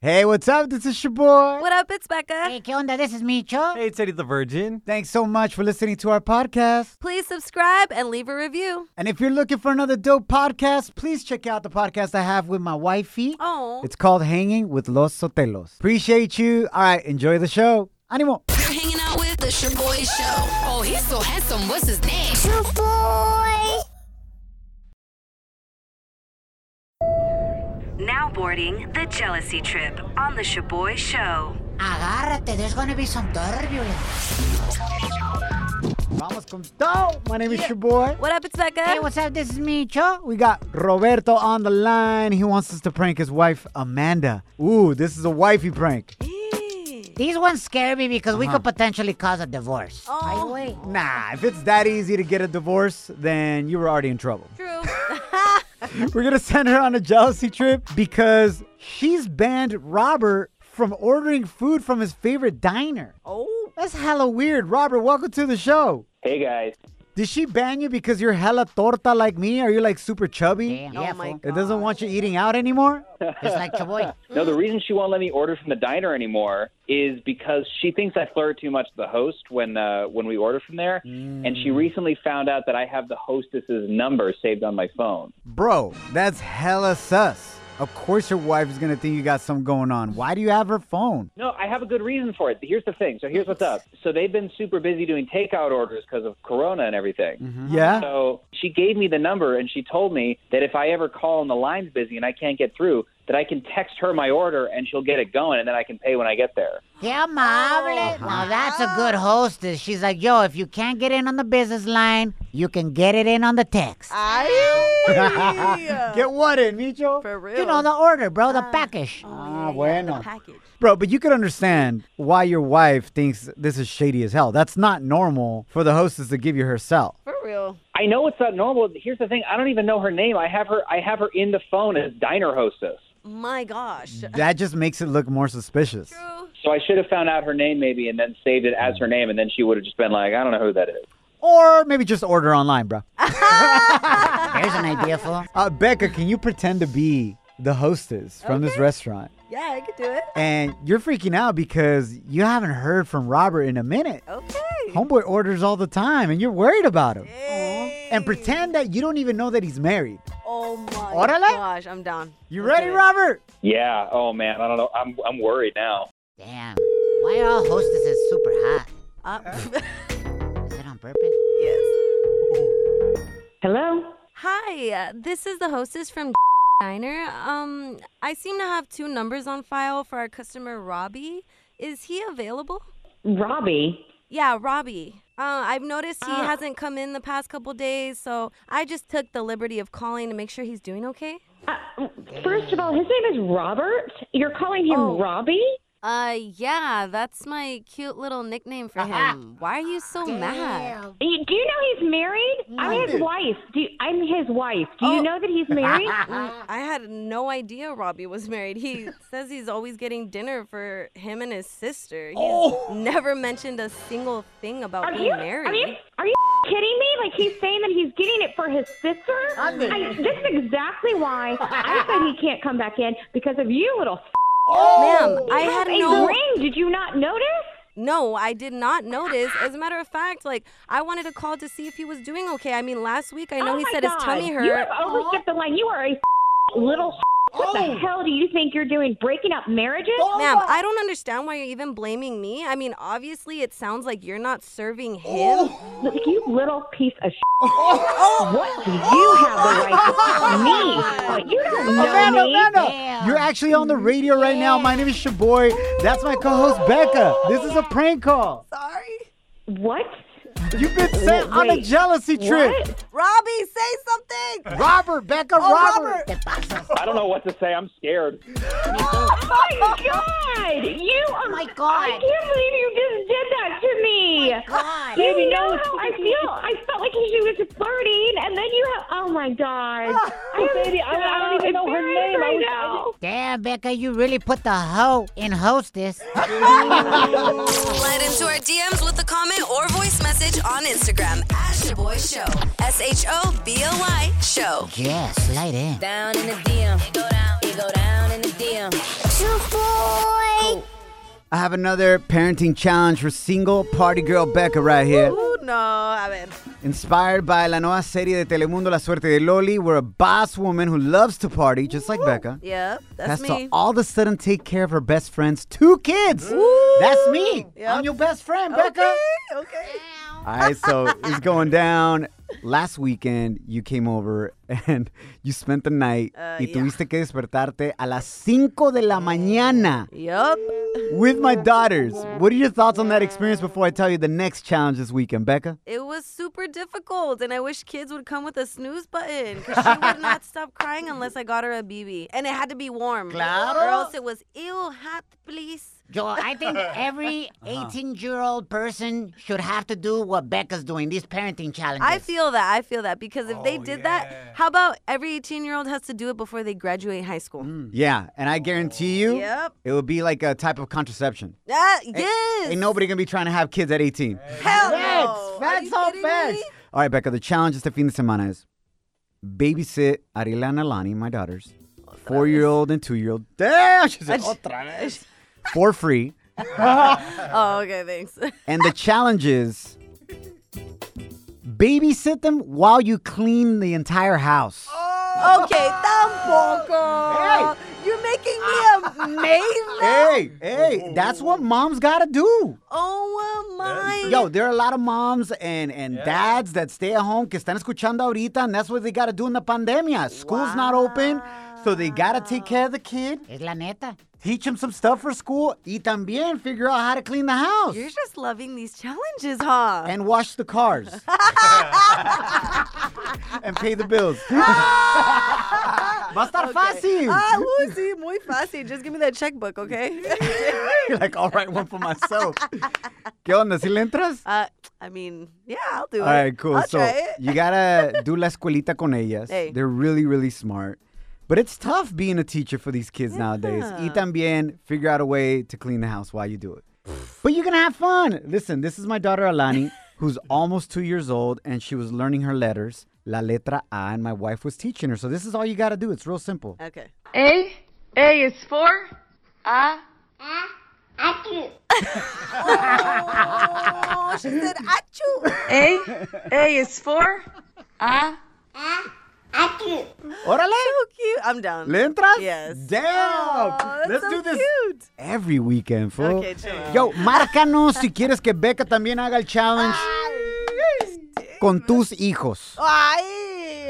Hey, what's up? This is your boy. What up? It's Becca. Hey, ¿qué onda? This is Micho. Hey, it's Eddie the Virgin. Thanks so much for listening to our podcast. Please subscribe and leave a review. And if you're looking for another dope podcast, please check out the podcast I have with my wifey. Oh. It's called Hanging with Los Sotelos. Appreciate you. All right, enjoy the show. Animo. You're hanging out with the Shaboy Show. Oh, he's so handsome. What's his name? Now boarding the jealousy trip on the Shaboy Show. Agárrate, there's gonna be some turbulence. Vamos con todo. My name is your boy. What up? It's Becca. Hey, what's up? This is Micho. We got Roberto on the line. He wants us to prank his wife, Amanda. Ooh, this is a wifey prank. These ones scare me because we could potentially cause a divorce. Oh. Ay, güey. Nah, if it's that easy to get a divorce, then you were already in trouble. True. We're gonna send her on a jealousy trip because she's banned Robert from ordering food from his favorite diner. oh. That's hella weird. Robert, welcome to the show. Hey guys, Did she ban you because you're hella torta like me? Are you like super chubby? Damn. Oh Yeah, my fool. It doesn't want you eating out anymore? It's like Chaboy. no, the reason she won't let me order from the diner anymore is because she thinks I flirt too much to the host when uh, when we order from there, and she recently found out that I have the hostess's number saved on my phone. Bro, that's hella sus. Of course your wife is gonna think you got something going on. Why do you have her phone? No, I have a good reason for it. Here's the thing. So here's what's up. So they've been super busy doing takeout orders because of Corona and everything. Mm-hmm. Yeah? So she gave me the number and she told me that if I ever call and the line's busy and I can't get through, that I can text her my order and she'll get it going and then I can pay when I get there. Qué amable. Oh. Now that's a good hostess. She's like, yo, if you can't get in on the business line, you can get it in on the text. Ah. Ay. Get what in, Micho? For real. You know the order, bro, the Oh, package. Ah, bueno. package. Bro, but you could understand why your wife thinks this is shady as hell. That's not normal for the hostess to give you her cell. For real. I know it's not normal. Here's the thing: I don't even know her name. I have her. I have her in the phone as diner hostess. My gosh. That just makes it look more suspicious. So I should have found out her name maybe, and then saved it as her name, and then she would have just been like, I don't know who that is. Or maybe just order online, bro. There's an idea, fool. Uh, Becca, can you pretend to be the hostess from this restaurant? Yeah, I could do it. And you're freaking out because you haven't heard from Robert in a minute. Okay. Homeboy orders all the time and you're worried about him. Hey. And pretend that you don't even know that he's married. Oh my Órale. gosh, I'm down. You Let's ready, do it. Robert? Yeah. Oh man, I don't know. I'm I'm worried now. Damn. Why are all hostesses super hot? Uh, Is it on purpose? yes. Hello? Hi, uh, this is the hostess from Diner. Um, I seem to have two numbers on file for our customer Robbie. Is he available? Robbie? Yeah, Robbie. Uh, I've noticed he hasn't come in the past couple days, so I just took the liberty of calling to make sure he's doing okay. Uh, first of all, his name is Robert. You're calling him Oh. Robbie? Uh, yeah, that's my cute little nickname for him. Why are you so mad? You- do you know he's married? I'm his wife. Do you, I'm his wife. Do Oh. you know that he's married? Mm, I had no idea Robbie was married. He says he's always getting dinner for him and his sister. He's never mentioned a single thing about are being you married. are you are you kidding me? Like he's saying that he's getting it for his sister? I, this is exactly why I said he can't come back in because of you, little. F- Ma'am, I had a no ring. Did you not notice? No, I did not notice. As a matter of fact, like I wanted to call to see if he was doing okay. I mean, last week I know oh he my said God. his tummy You hurt. have overstepped the line. You are a f- little. F- what Oh. the hell do you think you're doing? Breaking up marriages? Ma'am, I don't understand why you're even blaming me. I mean, obviously it sounds like you're not serving him. Look, you little piece of shit. What do you have the oh, right to tell me? What, You don't know Amanda, me. Amanda, you're actually on the radio right now. My name is Shaboy. That's my co-host Becca. This is a prank call. Sorry. What? You've been sent on a Wait, jealousy trip. What? Robbie, say something. Robert, Becca, Oh, Robert. I don't know what to say. I'm scared. Oh my god! You are. Oh, my God. Oh, I can't believe you just did that to me. God. Do you know how I feel? I felt like he was flirting, and then you have. Oh my god! I baby, I, don't even know her name. Right now. Damn, Becca, you really put the hoe in hostess. Slide into our DMs with a comment or voice message on Instagram at Shaboy Show. S H O B O Y Show. yeah, slide in. Down in the DM. You go down. You go down in the DM. Shaboy. I have another parenting challenge for single party girl Becca right here. Ooh, no, a ver. Inspired by la nueva serie de Telemundo La Suerte de Loli, where a boss woman who loves to party, just like Becca, has Yep, that's to me. all of a sudden take care of her best friend's two kids. That's me. Yep. I'm your best friend, Becca. Okay. All right, so it's going down. Last weekend, you came over and you spent the night. Uh, y tuviste que despertarte a las cinco de la mañana Yep. with my daughters. What are your thoughts on that experience before I tell you the next challenge this weekend, Becca? It was super difficult, and I wish kids would come with a snooze button because she would not stop crying unless I got her a BB. And it had to be warm. Or Claro. else it was, ew, hot, please. Yo, I think every Uh-huh. 18 year old person should have to do what Becca's doing, these parenting challenges. I feel that. I feel that because if Oh, they did that, how about every 18 year old has to do it before they graduate high school? Yeah, and I guarantee you, Hmm. Yep. it would be like a type of contraception. Ah, yes. Ain't nobody gonna be trying to have kids at 18. Hell Facts, no. Are facts, you all kidding facts. me? All right, Becca, the challenge este fin de semana is babysit Ariela and Alani, my daughters, four year old and two year old. Damn, she said, otra vez. For free. Oh, okay, thanks. And the challenge is babysit them while you clean the entire house. Oh, okay, tampoco. You're making me a maid. Ah. Hey, hey, that's what moms gotta do. Oh my. Yo, there are a lot of moms and, and dads that stay at home que están escuchando ahorita, and that's what they got to do in the pandemia. School's not open, so they got to take care of the kid, Es la neta. teach him some stuff for school, y también figure out how to clean the house You're just loving these challenges, huh? and wash the cars and pay the bills. Va a estar fácil. Ah, uy, sí, muy fácil. Just give me that checkbook, okay? You're like, all right, one for myself. ¿Qué onda? ¿Sí le entras? uh, I mean, yeah, I'll do All it. right, cool. I'll so try it. you gotta do la escuelita con ellas. Hey. They're really, really smart. But it's tough being a teacher for these kids nowadays. Y también figure out a way to clean the house while you do it. But you're gonna have fun. Listen, this is my daughter Alani, who's almost two years old, and she was learning her letters, la letra A, and my wife was teaching her. So this is all you gotta do. It's real simple. Okay. A. A is for. A. Oh, she said, achoo. A. A is for. A. Órale! So cute. I'm down. ¿Le entras? Yes. Damn! Oh, that's Let's so do this cute. every weekend, fool. Okay, chill out. Yo, márcanos si quieres que Becca también haga el challenge con tus hijos. Ay.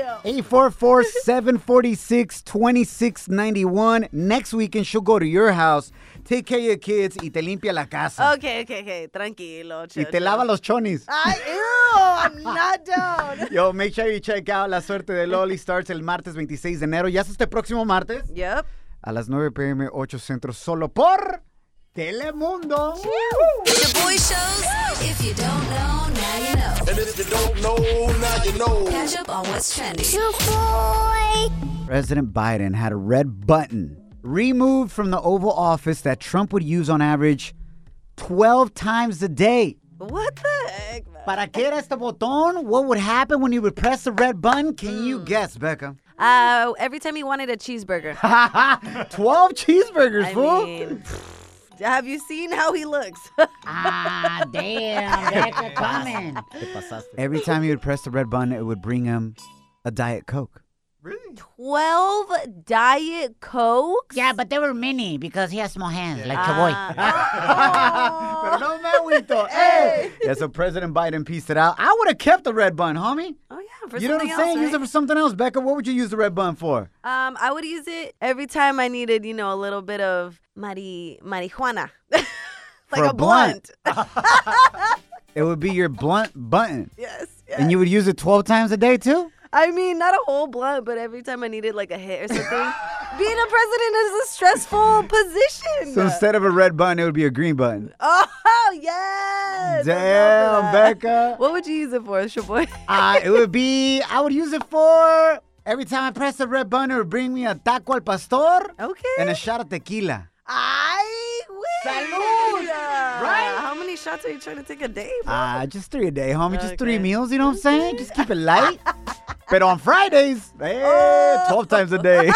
844-746-2691. Next weekend, she'll go to your house, take care of your kids y te limpia la casa. Okay, okay, okay. Tranquilo. Y Chill, te lava los chonis. Ay, ew, I'm not down. Yo, make sure you check out La Suerte de Loli. Starts el martes 26 de enero. Ya es este próximo martes. yep. A las 9 p.m. 8 Centro, solo por Telemundo. The boy shows. If you don't know, now you know. And if you don't know, now you know. Catch up on what's trending. President Biden had a red button removed from the Oval Office that Trump would use on average 12 times a day. What the heck? man? Para qué era este botón? What would happen when you would press the red button? Can Mm. you guess, Becca? Uh, every time he wanted a cheeseburger. 12 cheeseburgers, I fool. mean, have you seen how he looks? Ah, damn, Becca coming. Every time he would press the red button, it would bring him a Diet Coke. 12 Diet Cokes? Uh, Yeah, but they were mini because he has small hands, like Ah. oh. Chaboy. Pero no me agüito. Hey. Yeah, so President Biden pieced it out. I would have kept the red button, homie. Oh, yeah. For you know what I'm something saying? else, Use it right? for something else. Becca, what would you use the red button for? Um, I would use it every time I needed, you know, a little bit of mari- marijuana. like For a a blunt. It would be your blunt button. yes. And you would use it 12 times a day too? I mean, not a whole blunt, but every time I needed like a hit or something. Being a president is a stressful position. So instead of a red button, it would be a green button. oh, yes. I'm down for Damn, that. Becca. What would you use it for, your boy? Uh, it would be, I would use it for every time I press the red button, it would bring me a taco al pastor Okay. and a shot of tequila. I win. Salud. Right? How many shots are you trying to take a day? bro? Ah, just three a day, homie. Just three Okay. meals, you know what I'm saying? Just keep it light. but on Fridays, hey, 12 times a day.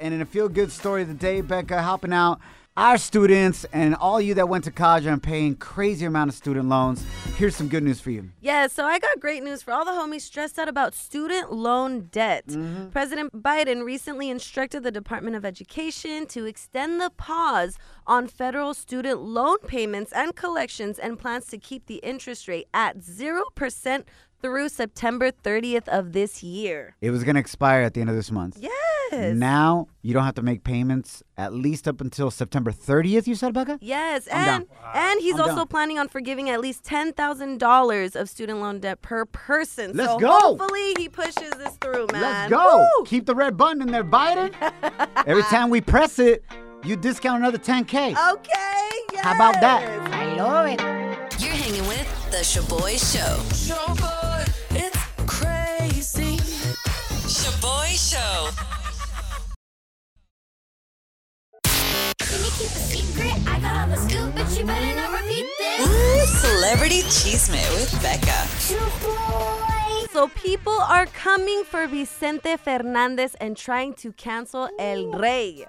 and in a feel good story of the day, Becca, helping out our students and all you that went to college and paying crazy amount of student loans. Here's some good news for you. Yeah, so I got great news for all the homies stressed out about student loan debt. Mm-hmm. President Biden recently instructed the Department of Education to extend the pause on federal student loan payments and collections and plans to keep the interest rate at 0% through September 30th of this year. It was going to expire at the end of this month. Yes. Now you don't have to make payments at least up until September 30th, you said, Becca? Yes, I'm down. and and he's I'm also down. planning on forgiving at least ten thousand dollars of student loan debt per person. Let's so go. Hopefully he pushes this through, Let's man. go. Woo! Keep the red button in there, Biden. Every time we press it, you discount another 10K. Oh. Okay. Yes. How about that? I love it. You're hanging with The Shaboy Show. Shaboy, it's crazy. Shaboy Show. Ooh, Celebrity Cheesemate with Becca. So people are coming for Vicente Fernandez and trying to cancel El Rey.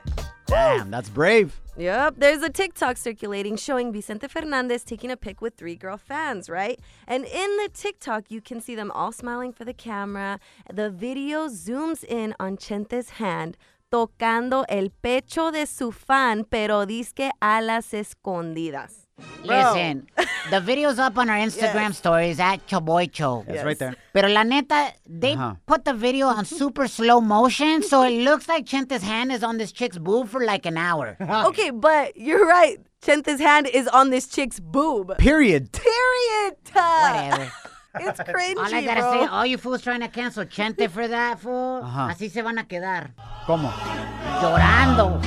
Damn, that's brave. Yep, there's a TikTok circulating showing Vicente Fernandez taking a pic with three girl fans, right? And in the TikTok, you can see them all smiling for the camera. The video zooms in on Chente's hand, tocando el pecho de su fan, pero disque a las escondidas. Listen, the video's up on our Instagram stories at Choboycho. That's right there. Pero la neta, they Uh-huh. put the video on super slow motion, so it looks like Chente's hand is on this chick's boob for like an hour. Okay, but you're right. Chente's hand is on this chick's boob. Period. Period. Whatever. It's cringy, All I gotta bro. say, all "Oh, you fools trying to cancel Chente for that fool, así se van a quedar. Como? Llorando.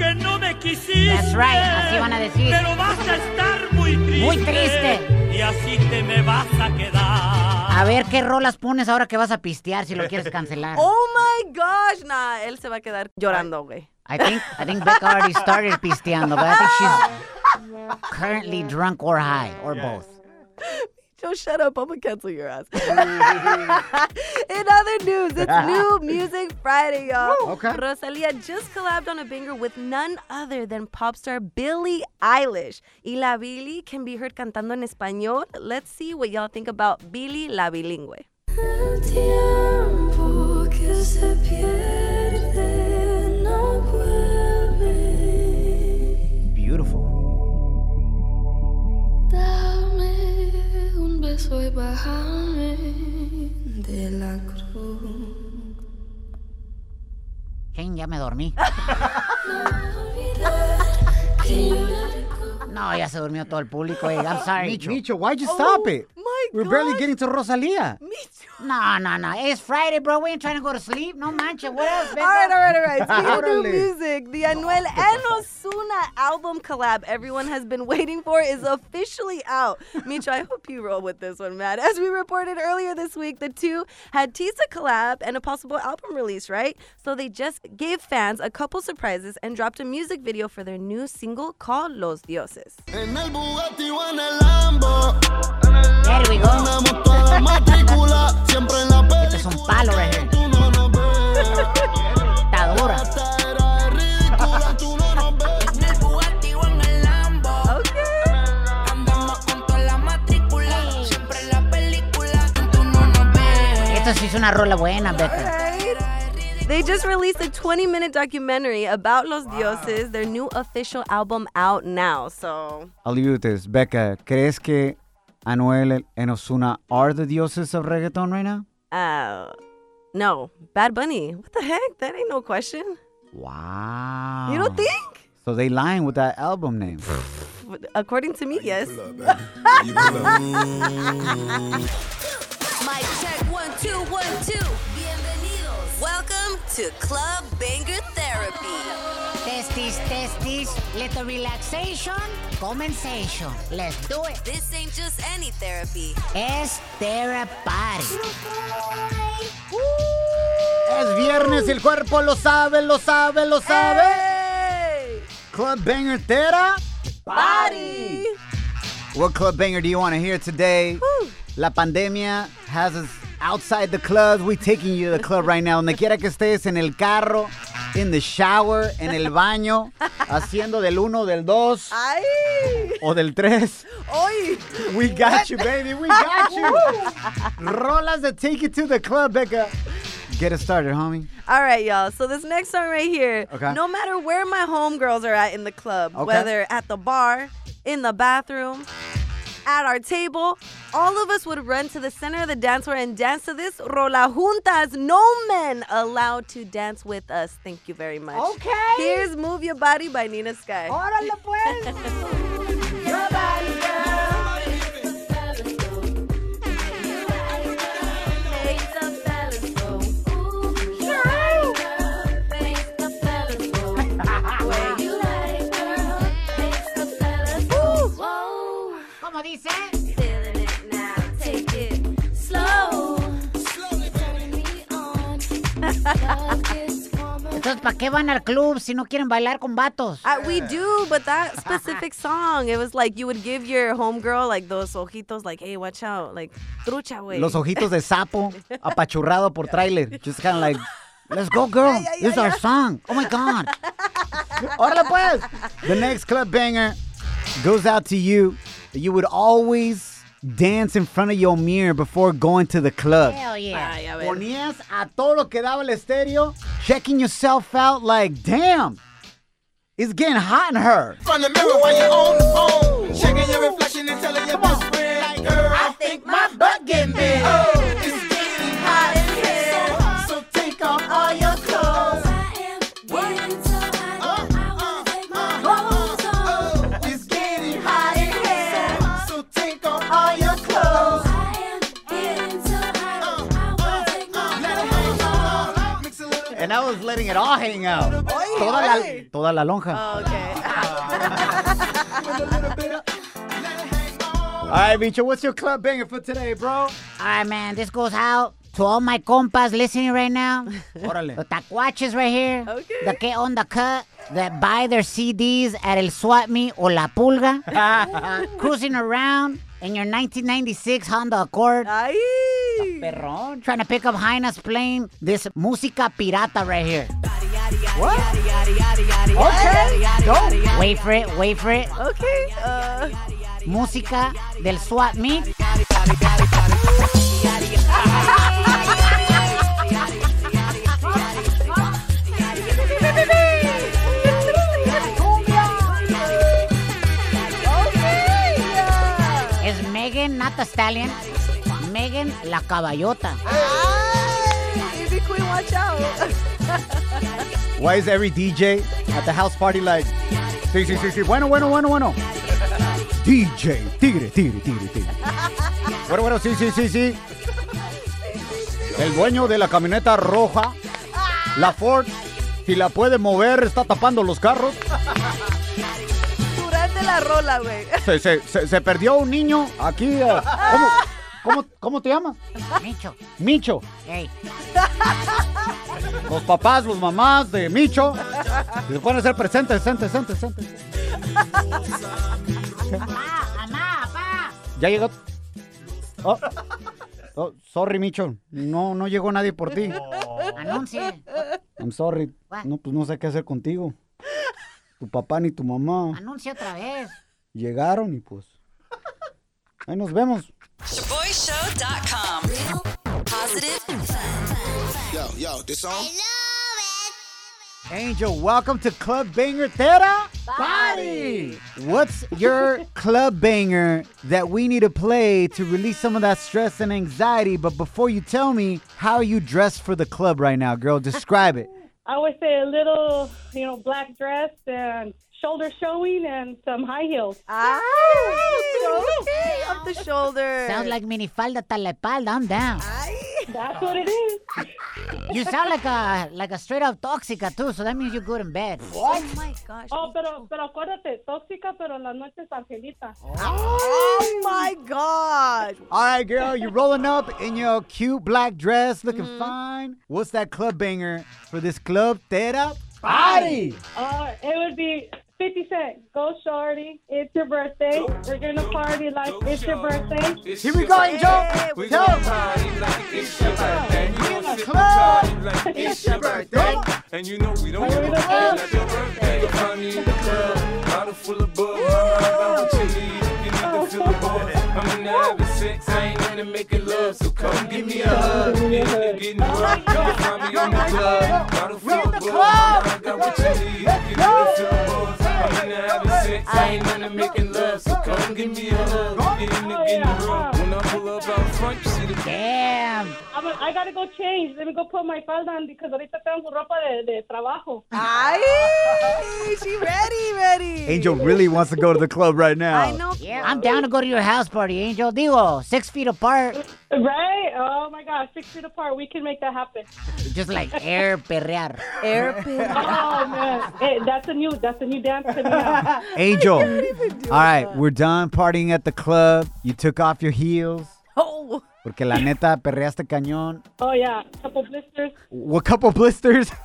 That's right, así van a decir. Muy triste. A ver qué rolas pones ahora que vas a pistear si lo quieres cancelar. Oh my gosh, nah, él se va a quedar llorando, güey. I think I think Becca already started pisteando, but I think she's currently drunk or high or both. Joe, shut up. I'm going to cancel your ass. In other news, it's New Music Friday, y'all. Okay. Rosalia just collabed on a banger with none other than pop star Billie Eilish. Y la Billie can be heard cantando en español. Let's see what y'all think about Billie la Bilingüe. Beautiful. Ching, ya me dormí. No, ya se durmió todo el público. eh. I'm sorry. Micho, Micho, why'd you stop it? Oh my We're barely getting to Rosalia. Me too. No, no, no. It's Friday, bro. We ain't trying to go to sleep. No manches. What else, Becca? All right, all right, all right. Speaking of new Órale. music, the Anuel and Osuna album collab everyone has been waiting for is officially out. Micho, I hope you roll with this one, man. As we reported earlier this week, the two had teased a collab and a possible album release, right? So they just gave fans a couple surprises and dropped a music video for their new single called Los Dioses. There we go. Este es un palo right here. Está dura. Okay. Esto sí es una rola buena, Becca. They just released a 20 minute documentary about Los Dioses, their new official album out now. So I'll leave you with this. Becca, ¿crees que Anuel and Osuna are the dioses of reggaeton right now? Uh, no, Bad Bunny. What the heck? That ain't no question. Wow. You don't think? So they lying with that album name. According to me, yes. Mic check one, two, one, two. Bienvenidos. Welcome to Club Banger Therapy. Testis, testis, little relaxation, compensation. Let's do it. This ain't just any therapy. Es therapy. es viernes, el cuerpo lo sabe, lo sabe, lo sabe. Club Banger Tera. Body. What club banger do you want to hear today? La pandemia has us outside the clubs. We're taking you to the club right now. Donde quiera que estés, en el carro, in the shower, en el baño, haciendo del uno, del dos Ay, o del tres. oy. We got you, baby. We got you. Rolas that take you to the club, Becca. Get us started, homie. All right, y'all. So this next song right here, Okay. no matter where my homegirls are at in the club, Okay. whether at the bar, in the bathroom, at our table, all of us would run to the center of the dance floor and dance to this Rola Juntas. No men allowed to dance with us. Thank you very much. Okay. Here's Move Your Body by Nina Sky. Órale, pues. ¿Cómo dice? Entonces, ¿para qué van al club si no quieren bailar con vatos? Uh, we do, but that specific song, it was like you would give your homegirl like those ojitos, like, hey, watch out, like, trucha, way. Los ojitos de sapo, apachurrado por trailer. Just kind of like, let's go, girl. this is our song. Oh my God. Órale, pues. The next club banger goes out to you. You would always dance in front of your mirror before going to the club. Hell yeah. Ay, a ver. Ponías a todo lo que daba el estéreo, checking yourself out like, damn, it's getting hot in her. From the mirror while you're on the phone. Checking your reflection and telling your best friend, like, girl, I think my butt getting big. Oh, it's getting hot in here. So hot, So take off all your clothes. Uh, uh, uh, oh, it's getting hot in here. So hot, So take off all your clothes. Uh, uh, uh, let it hang out. Mix a little And I was letting it all hang out. toda, la, toda la lonja. Oh, okay. All right, Bicho, what's your club banger for today, bro? All right, man, this goes out to all my compas listening right now. The Órale. tacuaches right here. Okay. The que on the cut. That buy their CDs at El Swap Me o La Pulga. Cruising around in your 1996 Honda Accord. Ay. Perrón. Trying to pick up Hyena's playing this música pirata right here. Okay. Dope. Wait for it, wait for it. Okay. Uh, Música del Swap Me. Es Megan, not the stallion. Megan la caballota. ay. Easy Queen, watch out. Why is every DJ at the house party like, sí, sí, sí, sí, bueno, bueno, bueno, bueno. DJ, tigre, tigre, tigre, tigre. Bueno, bueno, sí, sí, sí, sí. El dueño de la camioneta roja, la Ford, si la puede mover, está tapando los carros. Durante la rola, güey. Se, se, se, se perdió un niño aquí. eh, ¿Cómo, cómo, cómo te llamas? Micho. Micho. Hey. Los papás, los mamás de Micho. Se pueden hacer presentes, presentes, presentes, presentes. Papá, mamá, papá. Ya llegó. Oh. Oh, sorry, Micho. No, no llegó nadie por ti. Anuncie. I'm sorry. What? No, pues no sé qué hacer contigo. Tu papá ni tu mamá Anuncie otra vez. llegaron y pues. Ahí nos vemos. ShaboyShow.com. Real, positive, fun. Yo, yo, this song? Angel, welcome to Club Banger Theta Body. What's your club banger that we need to play to release some of that stress and anxiety? But before you tell me, how are you dressed for the club right now, girl? Describe it. I would say a little, you know, black dress and shoulder showing and some high heels. Ay. Okay. Up the shoulder. Sounds like minifalda talepal. I'm down. That's what it is. You sound like a like a straight up toxica too, so that means you're good in bed. Oh my gosh. Oh, pero, pero acuérdate, tóxica, pero en las noches angelita. Oh my gosh. All right, girl, you're rolling up in your cute black dress, looking fine. What's that club banger for this club Theta Body? Ah, Uh, it would be 50 Cent. Go, shorty. It's your birthday. We're going to party like it's your birthday. Here we go, Angel. We Yo. gonna party like it's your birthday. You gonna party like it's your birthday. And you know we don't give a fuck. It's your birthday. I need a club. Bottle full of bug. Mama, I got what you need. You need to feel the buzz. I'm in the having sex. I ain't into making love. So come give me a hug. You need to get in the rug. You can find me on the club. Bottle full of bug. Mama, I got what you need. You need to feel the buzz. I'm in the having sex. I ain't into making love. So come give me a hug. You need to get in the rug. When I pull up out front, you see the Damn. ah, I'm a, I gotta go change. Let me go put my falda on because ahorita tengo ropa de, de trabajo. Ay, she ready, ready. Angel really wants to go to the club right now. Yeah, I'm down to go to your house party, Angel. Digo, six feet apart. Right? Oh my gosh, six feet apart. We can make that happen. Just like air perrear. Air Oh man, hey, that's a new that's a new dance to me. now. Angel. All right, we're done partying at the club. You took off your heels. Oh. Porque la neta, perreaste cañón. Oh yeah, couple blisters. A couple blisters. She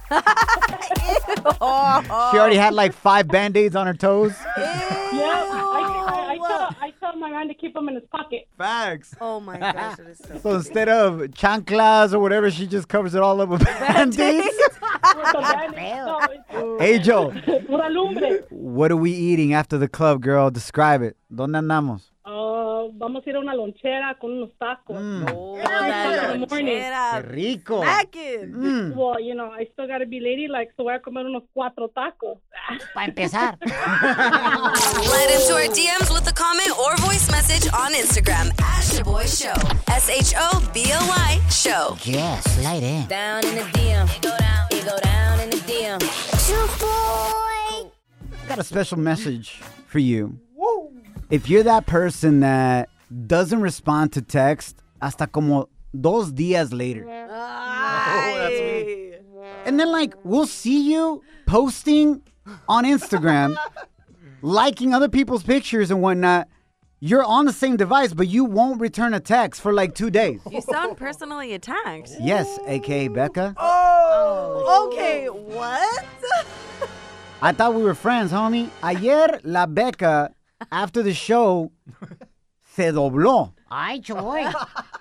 already had like five band aids on her toes. Yeah, I, I, I, tell, I tell my man to keep them in his pocket. Facts. Oh my gosh, it is so. So instead of chanclas or whatever, she just covers it all up with band aids. Pues, Angel, Pura lumbre. what are we eating after the club, girl? Describe it. ¿Dónde andamos? Oh, vamos a ir a una lonchera con unos tacos. Oh, that lonchera. Qué rico. Mackin'. Mm. Well, you know, I still gotta be ladylike, so voy a comer unos cuatro tacos. Para empezar. Slide into our DMs with a comment or voice message on Instagram at Shaboy Show. S H O B O Y Show. Yeah, slide in. Down in the DM. It go down. It go down in the DM. got a special message for you. If you're that person that doesn't respond to text hasta como dos días later, Ay. and then like we'll see you posting on Instagram, liking other people's pictures and whatnot. You're on the same device, but you won't return a text for like two days. You sound personally attacked. Yes, aka Becca. Okay, what? I thought we were friends, homie. Ayer la Becca, after the show, se dobló. Ay, choy.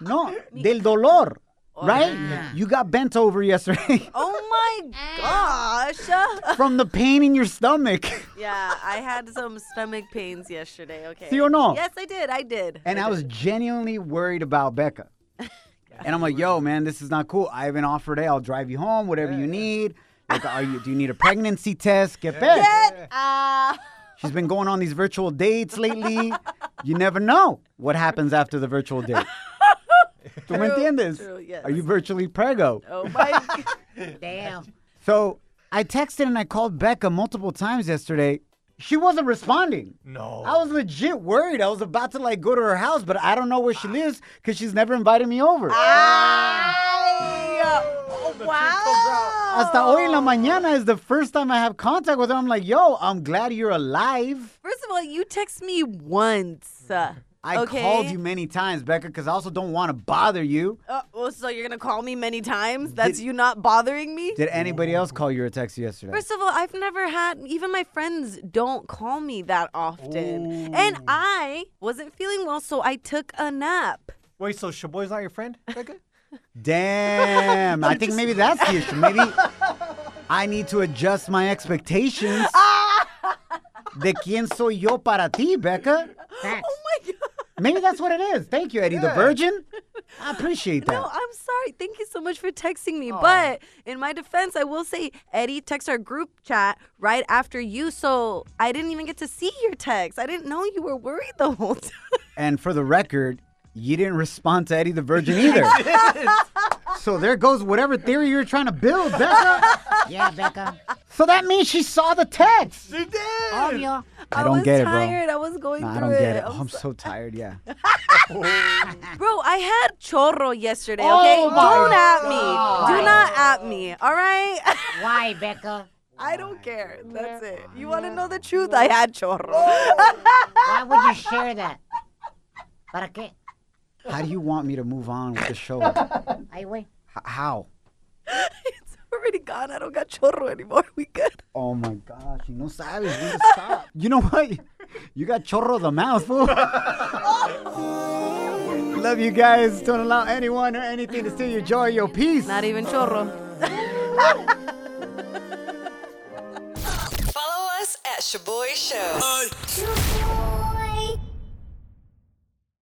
No, del dolor. Right? You got bent over yesterday Oh my gosh. from the pain in your stomach. Yeah, I had some stomach pains yesterday. Okay. Sí o no? Yes, I did. I did. And I was genuinely worried about Becca. And I'm like, yo, man, this is not cool. I have an offer today. I'll drive you home, whatever you need. Like, are you do you need a pregnancy test? Get back. Get out. She's been going on these virtual dates lately. You never know what happens after the virtual date. ¿Tú me entiendes? true, yes. Are you virtually prego? Oh my. Damn. So I texted and I called Becca multiple times yesterday. She wasn't responding. No. I was legit worried. I was about to like go to her house, but I don't know where she Ah. lives because she's never invited me over. wow. Hasta hoy en la mañana is the first time I have contact with her. I'm like, yo, I'm glad you're alive. First of all, you text me once. I okay? called you many times, Becca, because I also don't want to bother you. Uh, well, so you're gonna call me many times? That's you not bothering me? Did anybody else call you or text you yesterday? First of all, I've never had, even my friends don't call me that often. And I wasn't feeling well, so I took a nap. Wait, so Shaboy's not your friend, Becca? Damn, I think maybe that's the issue. Maybe I need to adjust my expectations. De quién soy yo para ti, Becca? Facts. Oh my God. Maybe that's what it is. Thank you, Eddie the Virgin. I appreciate that. No, I'm sorry. Thank you so much for texting me. But in my defense, I will say Eddie texted our group chat right after you, so I didn't even get to see your text. I didn't know you were worried the whole time. and for the record, you didn't respond to Eddie the Virgin either. so there goes whatever theory you're trying to build, Becca. Yeah, Becca. so that means she saw the text. She did. Obvio. I don't was get it, bro. tired. I was going No, I through don't get it. Oh, I'm I'm so tired. Yeah. Bro, I had chorro yesterday, Oh okay? my Don't at me. God. Do not at me, all right? Why, Becca? I don't care. That's it. You want to know the truth? I had chorro. Why would you share that? ¿Para qué? How do you want me to move on with the show? Ay, güey. H- how? It's already gone. I don't got chorro anymore. We good. Oh my gosh, you know, sabes, you need to stop. You know what? You got chorro the mouth, fool. Love you guys. Don't allow anyone or anything to steal your joy, your peace. Not even chorro. Shaboy Show.